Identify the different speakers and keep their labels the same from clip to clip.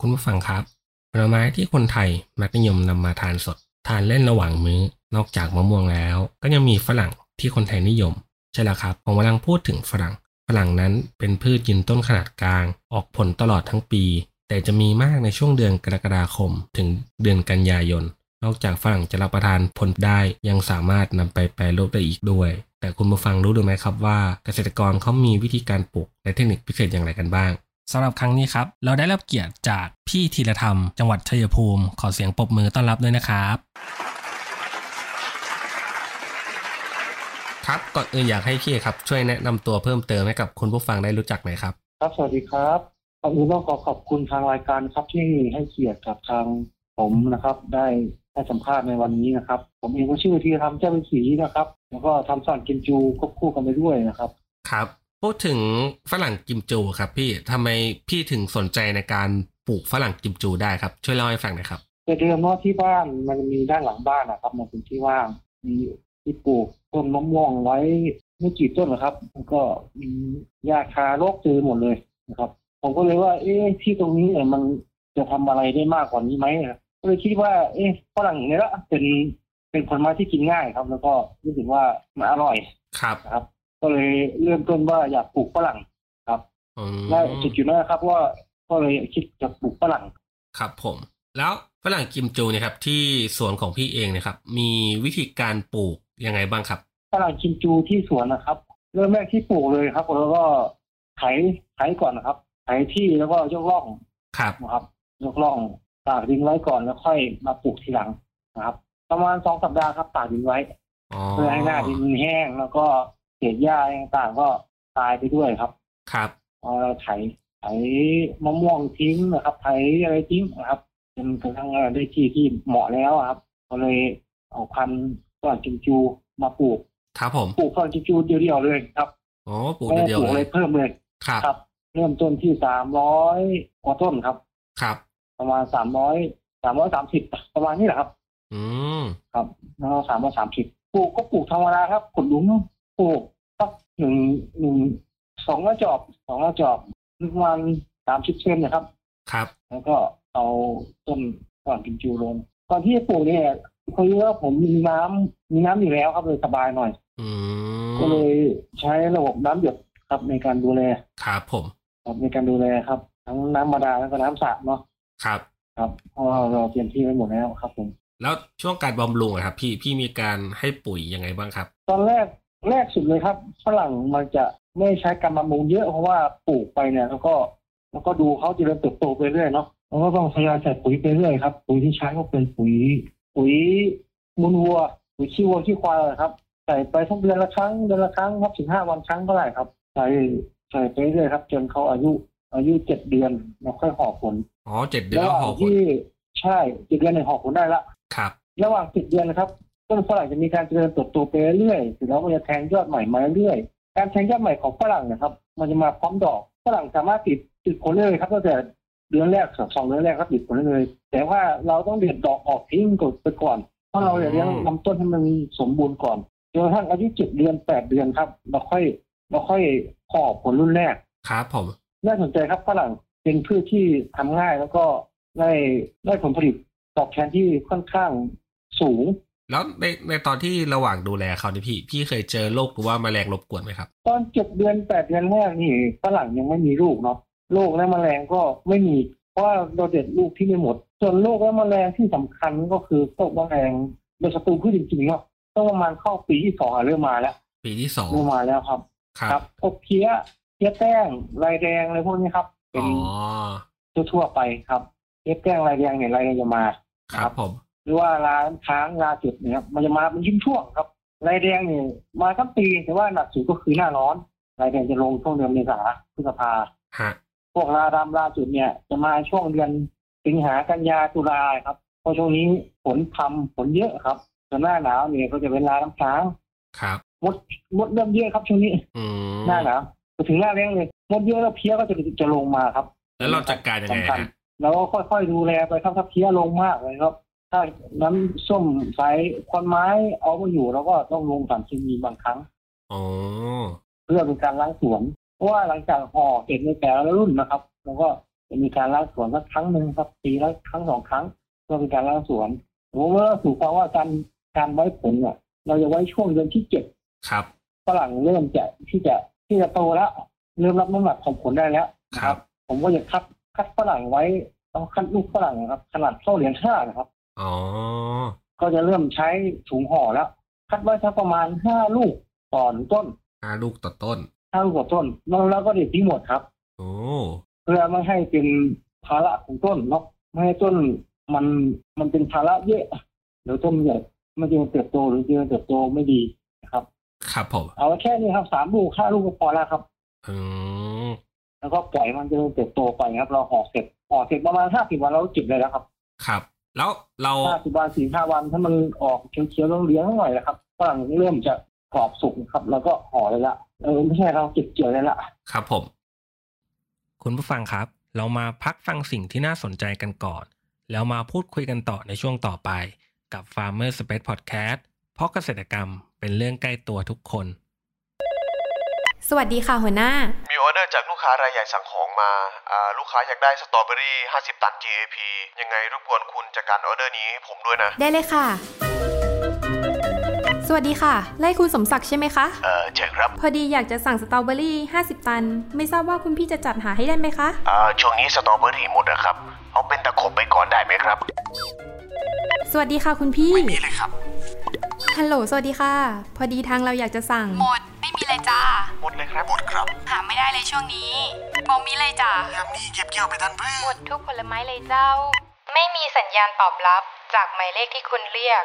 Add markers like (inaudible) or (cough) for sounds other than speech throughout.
Speaker 1: คุณผู้ฟังครับผลไม้ที่คนไทยมักนิยมนำมาทานสด ทานเล่นระหว่างมื้อนอกจากมะม่วงแล้ว ก็ยังมีฝรั่งที่คนไทยนิยม ใช่แล้วครับผมกำลังพูดถึงฝรั่ง ฝรั่งนั้นเป็นพืชยืนต้นขนาดกลาง ออกผลตลอดทั้งปี แต่จะมีมากในช่วงเดือนกรกฎาคม ถึงเดือนกันยายน นอกจากฝรั่งจะรับประทานผลได้ยังสามารถนำไปแปรรูปได้อีกด้วย แต่คุณผู้ฟังรู้หรือไม่ครับว่าเกษตรกรเขามีวิธีการปลูกและเทคนิคพิเศษอย่างไรกันบ้าง สำหรับครั้งนี้ครับ เราได้รับเกียรติจากพี่ธีรธรรม จังหวัดชัยภูมิ ขอเสียงปรบมือต้อนรับด้วยนะครับ ครับก่อนอื่นอยากให้พี่ครับ ช่วยแนะนำตัวเพิ่มเติมให้กับคุณผู้ฟังได้รู้จักหน่อยครับ
Speaker 2: ครับ สวัสดีครับก่อนอื่นต้องขอขอบคุณทางรายการนะครับที่ให้เกียรติกับทางผมนะครับ ได้ให้สัมภาษณ์ในวันนี้นะครับ ผมเองก็ชื่อทีทำเจ้าเป็นสีนะครับ แล้วก็ทำสอนกินจูควบคู่กันไปด้วยนะครับ
Speaker 1: ครับ พูดถึงฝรั่งกิมจูครับ พี่ทำไมพี่ถึงสนใจในการปลูกฝรั่งกิมจูได้ครับ ช่วยเล่าให้ฟังหน่อยครับ
Speaker 2: แต่เดิมว่าที่บ้านมันมีด้านหลังบ้านนะครับมันเป็นที่ว่างมีที่ปลูกต้นมะม่วงไว้ไม่กี่ต้นหรอกครับมันก็มีหญ้าคาโรคเจอหมดเลยนะครับ ผมก็เลยว่า เอ๊ะที่ตรงนี้เนี่ยมันจะทำอะไรได้มากกว่านี้ไหมนะก็เลยคิดว่า เอ๊ะฝรั่งอย่างนี้ละเป็นเป็นผลไม้ที่กินง่ายครับ แล้วก็รู้สึกว่ามันอร่อย
Speaker 1: ครับ
Speaker 2: นะครับ ก็เลยเริ่มต้นว่าอยากปลูกฝรั่ง
Speaker 1: อืม
Speaker 2: และจุดอยู่นั้นนะครับว่าก็เลยคิดจะปลูกฝรั่ง
Speaker 1: ครับผม แล้วฝรั่งกิมจูเนี่ยครับที่สวนของพี่เองเนะครับ มีวิธีการปลูกยังไงบ้างครับ
Speaker 2: ฝรั่งกิมจูที่สวนนะครับ เริ่มแรกที่ปลูกเลยครับ แล้วก็ไถไถก่อนนะครับไถที่แล้วก็ยกร่อง
Speaker 1: ครับ
Speaker 2: นะครับ ยกร่องตากดินไว้ก่อนแล้วค่อยมาปลูกทีหลังนะครับ ประมาณสองสัปดาห์ครับตากดินไว้
Speaker 1: อ๋อ
Speaker 2: เพื่อให้หน้าดินแห้ง แล้วก็เศษหญ้าอะไรต่างๆก็ตายไปด้วยครับ
Speaker 1: ครับ
Speaker 2: พอเราไถไถมะม่วงทิ้งนะครับ ไถอะไรทิ้งนะครับจนกระทั่งเราได้ที่ที่เหมาะแล้วอะครับก็เลยเอาพันธุ์ฝรั่งกิมจูมาปลูก
Speaker 1: ครับผม
Speaker 2: ปลูกฝรั่งกิมจูเดียวๆเลยครับ
Speaker 1: อ๋อปลูก
Speaker 2: ไม่ได้
Speaker 1: เดี
Speaker 2: ป
Speaker 1: ยว
Speaker 2: ลูก
Speaker 1: ๆ
Speaker 2: อะไร
Speaker 1: เลย
Speaker 2: เพิ่มเลย
Speaker 1: ครับ
Speaker 2: ครับ เริ่มต้นที่สามร้อยกว่าต้นครับ
Speaker 1: ครับ
Speaker 2: ประมาณสามร้อยสามร้อยสามสิบประมาณนี้แหละครับ
Speaker 1: อืม
Speaker 2: ครับแล้วสามร้อยสามสิบปลูกก็ปลูกธรรมดาครับขุดหลุมปลูกสักหนึ่งหนึ่งสองกระจอบสองกระจอบประมาณสามสิบเซนนะครับ
Speaker 1: ครับ
Speaker 2: แล้วก็เอาต้นก่อนกิมจูลงก่อนที่จะปลูกเนี่ยเขาเรียกว่าผมมีน้ำมีน้ำอยู่แล้วครับเลยสบายหน่อย
Speaker 1: อื
Speaker 2: ก็
Speaker 1: ม
Speaker 2: เลยใช้ระบบน้ำหยดครับในการดูแล
Speaker 1: ครับผม
Speaker 2: ครับในการดูแลครับ ทั้งน้ำบาดาลแล้วก็น้ำสระเนาะ
Speaker 1: ครับ
Speaker 2: ครับเพราะว่าเราเตรียมที่ไว้หมดแล้วครับผม
Speaker 1: แล้วช่วงการบำรุงอะครับ พี่ พี่มีการให้ปุ๋ยยังไงบ้างครับ
Speaker 2: ตอนแรกแรกสุดเลยครับฝรั่งมันจะไม่ใช้การบำรุงเยอะเพราะว่าปลูกไปเนี่ย แล้วก็แล้วก็ดูเขาเจริญเติบโตไปเรื่อยเนาะแล้วก็ต้องพยายามใส่ปุ๋ยไปเรื่อยครับปุ๋ยที่ใช้ก็เป็นปุ๋ย ปุ๋ยมูลวัวปุ๋ยขี้วัวขี้ควายครับใส่ไปทั้งเดือนละครั้งเดือนละครั้งครับถึงห้าวันครั้งก็ได้ครับใส่ใส่ไปเรื่อยครับ จนเขาอายุอายุเจ็ดเดือนแล้วค่อยห่อผล
Speaker 1: อ๋อเจ็ดเดือน
Speaker 2: ระห
Speaker 1: แล้ว
Speaker 2: ว่า
Speaker 1: ห
Speaker 2: ง
Speaker 1: กคน
Speaker 2: ที่ใช่เจ็ดเดือนในยหอกผลได้ละ
Speaker 1: ครับ
Speaker 2: ระหว่างสิบเดือนนะครับต้นฝรั่งจะมีการเจริญเติบโตไปเรื่อยๆถึงแล้วมันจะแทงยอดใหม่มาเรื่อยๆการแทงยอดใหม่ของฝรั่งนะครับ มันจะมาพร้อมดอกฝรั่งสามารถติดติดผลได้เลยครับตั้งแต่เดือนแรกสองเดือนแรกครับติดผลได้เลย แต่ว่าเราต้องเด็ดดอกออกทิ้งก่อนไปก่อนเพราะเราอยากเลี้ยง
Speaker 1: อืม
Speaker 2: ลำต้นให้มันสมบูรณ์ก่อนจนกระทั่งอายุเจ็ดเดือนแปดเดือนครับ เราค่อยเราค่อยขอบผลรุ่นแรก
Speaker 1: ครับผม
Speaker 2: น่าสนใจครับฝรั่งเป็นพืชที่ทำง่ายแล้วก็ได้ได้ผลผลิตตอบแทนที่ค่อนข้างสูง
Speaker 1: แล้วใน ในตอนที่ระหว่างดูแลเขาเนี่ยพี่ พี่เคยเจอโรคหรือว่าแมลงรบกวนไหมครับ
Speaker 2: ตอนเจ็ดเดือนแปดเดือนแรกนี่ฝรั่งยังไม่มีลูกเนาะลูกและแมลงก็ไม่มี เพราะว่าเราเด็ดลูกที่ไม่หมด ส่วนลูกและแมลงที่สำคัญก็คือพวกแมลงโดยศัตรูพืชจริงๆเนาะต้องประมาณเข้าปีที่สองอะเริ่มมาแล้ว
Speaker 1: ปีที่สอง
Speaker 2: เริ่มมาแล้วครับ
Speaker 1: ครับ
Speaker 2: ครับพวกเพี้ยเพี้ยแป้งลายแดงอะไรพวกนี้ครับ เป็
Speaker 1: อ๋
Speaker 2: น
Speaker 1: อ
Speaker 2: ทั่วๆไปครับ เอฟแกล้งรายแดงเนี่ยรายแดงจะมา
Speaker 1: ครับผม
Speaker 2: หรือว่าร้านค้างราจุดเนี่ยครับมันจะมาเป็นชิ้นช่วงครับรายแดงเนี่ยมาทั้งปีแต่ว่าหนักสุดก็คือหน้าร้อนรายแดงจะลงช่วงเดือนเมษาพฤษภา
Speaker 1: ฮะ
Speaker 2: พวกราดามราจุดเนี่ย จะมาช่วงเดือนสิงหากันยาตุลาครับเพราะช่วงนี้ฝนทำฝนเยอะครับส่วนหน้าหนาวเนี่ยก็จะเป็นราน้ำค้าง
Speaker 1: ครับ
Speaker 2: มดเริ่มเยอะครับช่วงนี้
Speaker 1: อืม
Speaker 2: หน้าหนาวไปถึงหน้าแรงเลยมดเยอะแล้วเพี้ยก็จะจะลงมาครับ
Speaker 1: แล้วเราจัดการยังไง
Speaker 2: สำคัญ
Speaker 1: ฮะ
Speaker 2: เราก็ค่อยๆดูแลไปครับถ้าเพี้ยลงมากเลยครับ ถ้าน้ำส้มสายคอนไม้เอามาอยู่เราก็ต้องลงสารเคมีบางครั้ง
Speaker 1: อ๋อ
Speaker 2: เพื่อเป็นการล้างสวนเพราะว่าหลังจากห่อเก็บในแต่ละรุ่นนะครับเราก็จะมีการล้างสวนสักครั้งหนึ่งครับปีละครั้งสองครั้งเพื่อเป็นการล้างสวนผมว่าสู่ความว่าการการไว้ผลเนี่ยเราจะไว้ช่วงเดือนที่เจ็ด
Speaker 1: ครับ
Speaker 2: ฝรั่งเริ่มจะที่จะที่จะโตแล้วเริ่มรับน้ำหนักของผลได้แล้ว
Speaker 1: ครับ
Speaker 2: ผมก็จะคัดคัดฝรั่งไว้ต้องคัดลูกฝรั่งนะครับ ขนาดเท่าเหรียญห้านะครับ
Speaker 1: อ๋อ
Speaker 2: ก็จะเริ่มใช้ถุงห่อแล้ว คัดไว้สักประมาณห้าลูกต่อหนึ่งต้น
Speaker 1: ห้าลูกต่อต้น
Speaker 2: ห้าลูกต่อต้นแล้วเราก็เด็ดทิ้งหมดครับ
Speaker 1: โอ้
Speaker 2: เพื่อไม่ให้เป็นภาระของต้นเนาะไม่ให้ต้นมันมันเป็นภาระเยอะเดี๋ยวต้นใหญ่ไม่เจริญเติบโตหรือเจริญเติบโตไม่ดีนะครับ
Speaker 1: ครับผม
Speaker 2: เอาไว้แค่นี้ครับสามลูกห้าลูกก็พอแล้วครับ
Speaker 1: อืม
Speaker 2: แล้วก็ปล่อยมันเจริญเติบโตไปครับ เราห่อเสร็จห่อเสร็จประมาณห้าสิบวันเราก็เก็บเลยแล้วครับ
Speaker 1: ครับ แล้วเรา
Speaker 2: ห้าสิบวันสี่ห้าวันถ้ามันออกเขียวๆเหลี้ยงๆหน่อยนะครับฝรั่งเริ่มจะกรอบสุกนะครับ แล้วก็ห่อเลยละเออไม่ใช่เราเก็บเกี่ยวเลยละ
Speaker 1: ครับผม คุณผู้ฟังครับ เรามาพักฟังสิ่งที่น่าสนใจกันก่อน แล้วมาพูดคุยกันต่อในช่วงต่อไป กับ Farmer Space Podcast เพราะเกษตรกรรมเป็นเรื่องใกล้ตัวทุกคน
Speaker 3: สวัสดีค่ะหัวหน้า
Speaker 4: มีออเดอร์จากลูกค้ารายใหญ่สั่งของมาอ่าลูกค้าอยากได้สตรอเบอรี่ 50 ตัน GAP ยังไงรบกวนคุณจัดการออเดอร์นี้ให้ผมด้วยนะ
Speaker 3: ได้เลยค่ะ สวัสดีค่ะ ไล่คุณสมศักดิ์ใช่ไหมคะ
Speaker 4: เออใช่ครับ
Speaker 3: พอดีอยากจะสั่งสตรอเบอรี่ 50 ตัน ไม่ทราบว่าคุณพี่จะจัดหาให้ได้ไหมคะ
Speaker 4: อ่าช่วงนี้สตรอเบอรี่หมดนะครับ เอาเป็นตะขบไปก่อนได้ไหมครับ
Speaker 3: สวัสดีค่ะคุณพี่
Speaker 4: นี่เลยครับ
Speaker 3: ฮัลโหล สวัสดีค่ะ พอดีทางเราอยากจะสั่ง
Speaker 5: หมด ไม่มีเลยจ้า
Speaker 4: หมดเลยครับ หมดครับ
Speaker 5: หาไม่ได้เลยช่วงนี้บอมีเลยจ้า
Speaker 4: ยามนี้เก็บเกี่ยวไปทันเพื่
Speaker 6: หมดทุกผลไม้เลยเจ้า ไม่มีสัญญาณตอบรับ จากหมายเลขที่คุณเรียก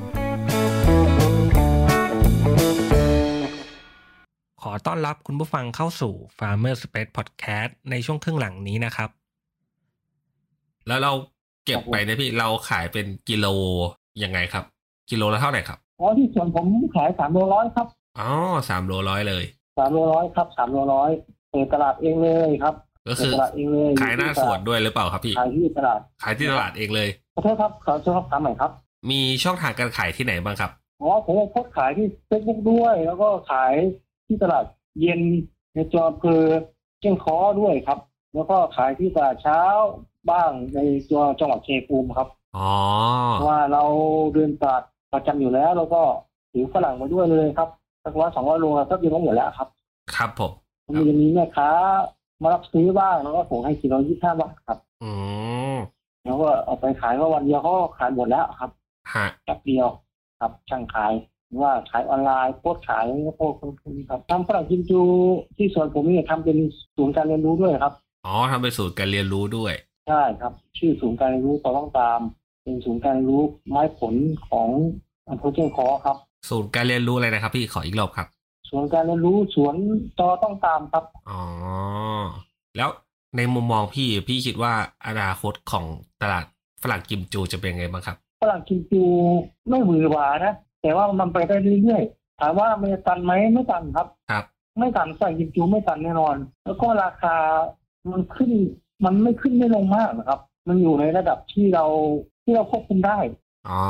Speaker 1: ขอต้อนรับคุณผู้ฟังเข้าสู่ Farmer Space Podcast ในช่วงครึ่งหลังนี้นะครับ แล้วเราเก็บไปนะพี่ เราขายเป็นกิโลยังไงครับ กิโลละเท่าไหร่ครับ
Speaker 2: อ๋อที่สวนผมขายสามโลร้อยครับ
Speaker 1: อ๋อสามโลร้อยเลย
Speaker 2: สามโลร้อยครับสามโลร้อยเปิดตลาดเองเลยครับ
Speaker 1: ก็
Speaker 2: เปิ
Speaker 1: คื
Speaker 2: ด
Speaker 1: อ
Speaker 2: ตลาดเองเลย
Speaker 1: ขายหน้าสวนด้วยหรือเปล่าครับพี่
Speaker 2: ขายที่ตลาด
Speaker 1: ขายที่ตลาดเองเลย
Speaker 2: ขอโทษครับขอโทษครับถามใหม่ครับ
Speaker 1: มีช่องทางการขายที่ไหนบ้างครับ
Speaker 2: อ๋อผมก็โพสต์ขายที่เฟซบุ๊กด้วย แล้วก็ขายที่ตลาดเย็นในจออำเภอเชียงคอด้วยครับ แล้วก็ขายที่ตลาดเช้าบ้างในตัวจังหวัดเชียงภูมิครับ
Speaker 1: อ๋อ
Speaker 2: ว่าเราเดินตลาดประจำอยู่แล้วเราก็ถือฝรั่งมาด้วยเลยครับสักร้อยสองร้อยโลเราก็เตรียมไว้หมดแล้วครับ
Speaker 1: ครับผม ครับ
Speaker 2: มันจะมีแม่ค้ามารับซื้อบ้างแล้วก็ส่งให้กิโลยี่สิบห้าบาทครับ
Speaker 1: อืม
Speaker 2: แล้วก็เอาไปขายก็วันเดียวเขาก็ขายหมดแล้วครับ
Speaker 1: ฮะ
Speaker 2: แป๊บเดียวครับช่างขายหรือว่าขายออนไลน์โพสต์ขายก็โพสต์พวกนี้ครับทำฝรั่งกิมจูที่สวนผมนี่ทำเป็นศูนย์การเรียนรู้ด้วยครับ
Speaker 1: อ๋อทำเป็นสูตรการเรียนรู้ด้วย
Speaker 2: ใช่ครับชื่อศูนย์การเรียนรู้ต่อต้องตาม เป็นศูนย์การเรียนรู้ไม้ผลของอำเภอเชียงคอครับ
Speaker 1: สูตรการเรียนรู้อะไรนะครับ พี่ขออีกรอบครับ
Speaker 2: สวนการเรียนรู้สวนจอต้องตามครับ
Speaker 1: อ๋อ แล้วในมุมมองพี่พี่คิดว่าอนาคตของตลาดฝรั่งกิมจูจะเป็นยังไงบ้างครับ
Speaker 2: ฝรั่งกิมจูไม่หวือหวานะ แต่ว่ามันไปได้เรื่อยๆ ถามว่ามันจะตันไหมไม่ตันครับ
Speaker 1: ครับ
Speaker 2: ไม่ตันฝรั่งกิมจูไม่ตันแน่นอน แล้วก็ราคามันขึ้น มันไม่ขึ้นไม่ลงมากนะครับ มันอยู่ในระดับที่เราที่เราควบคุมได้
Speaker 1: อ๋อ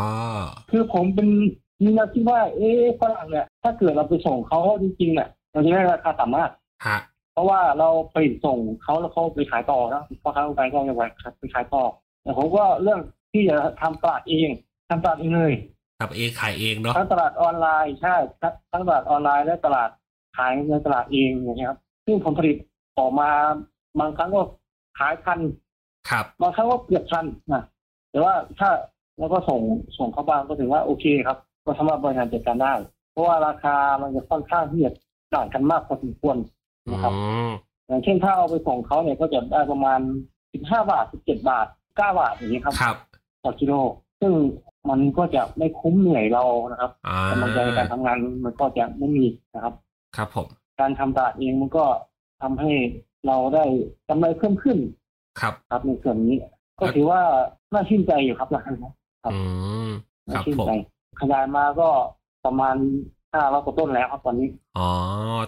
Speaker 2: คือผมเป็นมีแนวคิดว่า เอ๊ะฝรั่งเนี่ย ถ้าเกิดเราไปส่งเขาจริงๆเนี่ยเราจะได้ราคาต่ำมาก
Speaker 1: ฮะ
Speaker 2: เพราะว่าเราไปส่งเขาแล้วเขาไปขายต่อนะพ่อค้าคนกลางก็ยังไปขายต่อแต่ผมก็เรื่อง พี่จะทำตลาดเองทำตลาดเองเลย
Speaker 1: ทำเองขายเองเนาะ
Speaker 2: ทั้งตลาดออนไลน์ใช่ครับทั้งตลาดออนไลน์และตลาดขายในตลาดเองอย่างเงี้ยครับซึ่งผลผลิตออกมาบางครั้งก็ขายพัน
Speaker 1: ครับ
Speaker 2: บางครั้งก็เกือบทันนะแต่ว่าถ้าแล้วก็ส่งส่งเข้าบ้างก็ถือว่าโอเคครับ ก็สามารถบริหารจัดการได้ เพราะว่าราคามันจะค่อนข้างที่จะต่างกันมากพอสมควร
Speaker 1: อื
Speaker 2: นะครับ
Speaker 1: ม
Speaker 2: อย่างเช่นถ้าเอาไปส่งเขาเนี่ยก็จะได้ประมาณ 15 บาท 17 บาท 9 บาทอย่างนี้ครับ
Speaker 1: ครับ
Speaker 2: ต่อกิโล ซึ่งมันก็จะไม่คุ้มเหนื่อยเรานะครับ
Speaker 1: อ่าก
Speaker 2: ำลังใจในการทำงานมันก็จะไม่มีนะครับ
Speaker 1: ครับผม
Speaker 2: การทำตลาดเองมันก็ทำให้เราได้กำไรเพิ่มขึ้น
Speaker 1: ครับ
Speaker 2: ครับในส่วนนี้ก็ถือว่าน่าชื่นใจอยู่ครับนะครับ
Speaker 1: อืมค
Speaker 2: น่า
Speaker 1: รับ
Speaker 2: ชื่น
Speaker 1: ผม
Speaker 2: ใจขยายมาก็ประมาณห้าร้อยกว่าต้นแล้วครับตอนนี้
Speaker 1: อ๋อ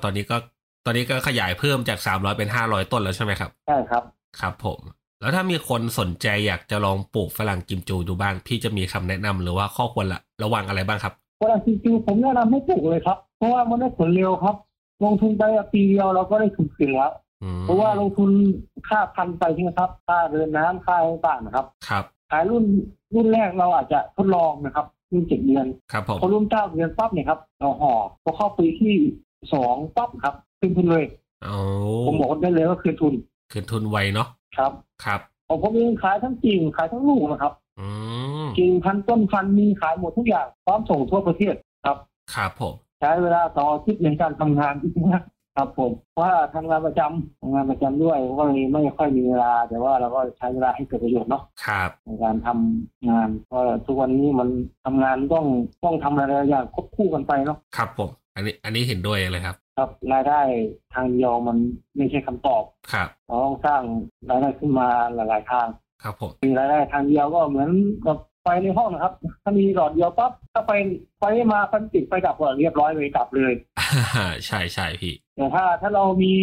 Speaker 1: ตอนนี้ก็ตอนนี้ก็ขยายเพิ่มจากสามร้อยเป็นห้าร้อยต้นแล้วใช่ไหมครับ
Speaker 2: ใช่ครับ
Speaker 1: ครับผม แล้วถ้ามีคนสนใจอยากจะลองปลูกฝรั่งกิมจูดูบ้าง พี่จะมีคำแนะนำหรือว่าข้อควรละระวังอะไรบ้างครับ
Speaker 2: เวลาจริงๆผมแนะนำให้ปลูกเลยครับ เพราะว่ามันได้ผลเร็วครับ ลงทุนไปปีเดียวเราก็ได้คืนคืนแล้ว
Speaker 1: อืม
Speaker 2: เพราะว่าลงทุนค่าพันธุ์ไปใช่ไหมครับ ค่าเดินน้ำค่าอะไรต่างๆนะครับ
Speaker 1: ครับ
Speaker 2: ขายรุ่นรุ่นแรกเราอาจจะทดลองนะครับรุ่นเจ็ดเดือน
Speaker 1: ครับผม
Speaker 2: พอรุ่นเก้าเดือนปั๊บเนี่ยครับเราห่อพอเข้าปีที่สองปั๊บครับคืนทุนเลย
Speaker 1: โอ้
Speaker 2: ผมบอกได้เลยว่าคืนทุน
Speaker 1: คืนทุนไวเนาะ
Speaker 2: ครับ
Speaker 1: ครับ
Speaker 2: ของผมเองขายทั้งกิ่งขายทั้งลูกนะครับ
Speaker 1: อืม
Speaker 2: กิ่งพันธุ์ต้นพันธุ์มีขายหมดทุกอย่างพร้อมส่งทั่วประเทศครับ
Speaker 1: ครับผม
Speaker 2: ใช้เวลาต่ออาทิตย์ในการทำงานที่นะครับผมเพราะว่าทำงานประจำทำงานประจำด้วยก็เลยไม่ค่อยมีเวลา แต่ว่าเราก็ใช้เวลาให้เกิดประโยชน์เนาะ
Speaker 1: ครับ
Speaker 2: ในการทำงานเพราะทุกวันนี้มันทำงานต้องต้องทำอะไรหลายอย่างควบคู่กันไปเนาะ
Speaker 1: ครับผม อันนี้อันนี้เห็นด้วยเลยครับ
Speaker 2: ครับรายได้ทางเดียวมันไม่ใช่คำตอบ
Speaker 1: ครับ
Speaker 2: เราต้องสร้างรายได้ขึ้นมาหลาย ๆ ทาง
Speaker 1: ครับผม (laughs)
Speaker 2: มีรายได้ทางเดียวก็เหมือนกับไฟในห้องนะครับ ถ้ามีหลอดเดียวปั๊บถ้าไฟไฟมาพันติดไฟดับก็เรียบร้อยเลยดับเลย
Speaker 1: ใช่ใช่พี่
Speaker 2: แต่ถ้าถ้าเรามี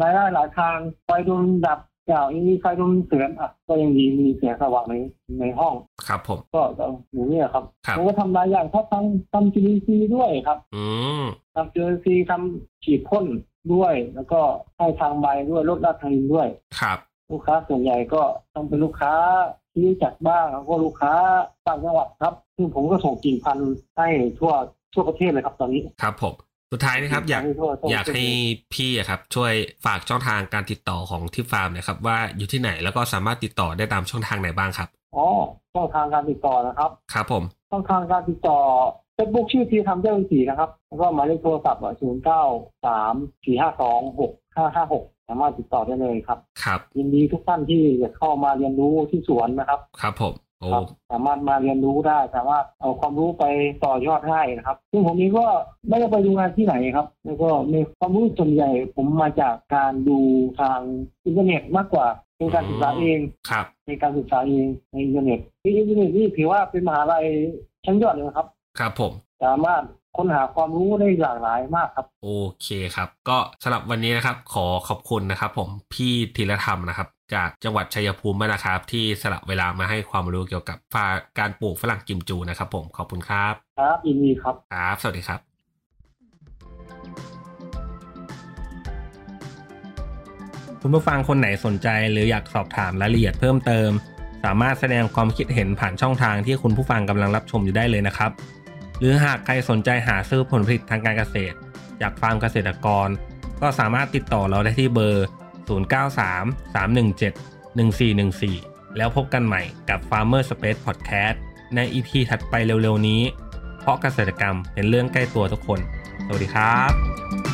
Speaker 2: รายได้หลายทางไฟดวงดับอย่างนี้ไฟดวงเสือนอ่ะก็ยังดีมีแสงสว่างในในห้อง
Speaker 1: ครับผม
Speaker 2: ก็ก็อย่างนี้ครับ
Speaker 1: ครับ
Speaker 2: ผมก็ทำหลายอย่างครับทั้งทำจีซีด้วยครับ
Speaker 1: อืม
Speaker 2: ทำจีซีทำฉีดพ่นด้วย แล้วก็ให้ทางใบด้วยลดราคาดินด้วย
Speaker 1: ครับ
Speaker 2: ลูกค้าส่วนใหญ่ก็ต้องเป็นลูกค้าที่รู้จักบ้างแล้วก็ลูกค้าต่างจังหวัดครับ ซึ่งผมก็ส่งกิ่งพันธุ์ให้ทั่วทั่วประเทศเลยครับตอนนี้
Speaker 1: ครับผม สุดท้ายนะครับ อยาก
Speaker 2: ทั่วทั่ว
Speaker 1: อยากให้พี่อะครับ ช่วยฝากช่องทางการติดต่อของทิปฟาร์มหนะครับ ว่าอยู่ที่ไหนแล้วก็สามารถติดต่อได้ตามช่องทางไหนบ้างครับ
Speaker 2: อ๋อช่องทางการติดต่อนะครับ
Speaker 1: ครับผม
Speaker 2: ช่องทางการติดต่อเฟซบุ๊กชื่อทีทำเจ้าสีนะครับ แล้วก็หมายเลขโทรศัพท์ศูนย์เก้าสามสี่ห้าสองหกห้าห้าหกสามารถติดต่อได้เลยครับ
Speaker 1: ครับ
Speaker 2: ยินดีทุกท่านที่จะเข้ามาเรียนรู้ที่สวนนะครับ
Speaker 1: ครับผม โอ้
Speaker 2: ครับสามารถมาเรียนรู้ได้สามารถเอาความรู้ไปต่อยอดได้นะครับ ซึ่งผมเองก็ไม่ได้ไปดูงานที่ไหนครับ แล้วก็ในความรู้ส่วนใหญ่ผมมาจากการดูทางอินเทอร์เน็ตมากกว่าเป็นการศึกษาเอง
Speaker 1: ครับ
Speaker 2: ในการศึกษาเองในอินเทอร์เน็ตที่อินเทอร์เน็ตนี่ถือว่าเป็นมหาลัยชั้นยอดเลยนะครับ
Speaker 1: ครับผม
Speaker 2: สามารถค้นหาความรู้ได้หลากหลายมากครับ
Speaker 1: โอเคครับ ก็สำหรับวันนี้นะครับ ขอขอบคุณนะครับ ผม พี่ธีรธรรมนะครับ จากจังหวัดชัยภูมิมากนะครับ ที่สละเวลามาให้ความรู้เกี่ยวกับฟาร์มการปลูกฝรั่งกิมจูนะครับ ผม ขอบคุณครับ
Speaker 2: ครับยินดีครับ
Speaker 1: ครับ สวัสดีครับ คุณผู้ฟังคนไหนสนใจหรืออยากสอบถามรายละเอียดเพิ่มเติม สามารถแสดงความคิดเห็นผ่านช่องทางที่คุณผู้ฟังกำลังรับชมอยู่ได้เลยนะครับ หรือหากใครสนใจหาซื้อผลผลิตทางการเกษตร จากฟาร์มเกษตรกร ก็สามารถติดต่อเราได้ที่เบอร์ 0933171414 แล้วพบกันใหม่กับ Farmer Space Podcast ใน EP ถัดไปเร็วๆนี้ เพราะเกษตรกรรมเป็นเรื่องใกล้ตัวทุกคน สวัสดีครับ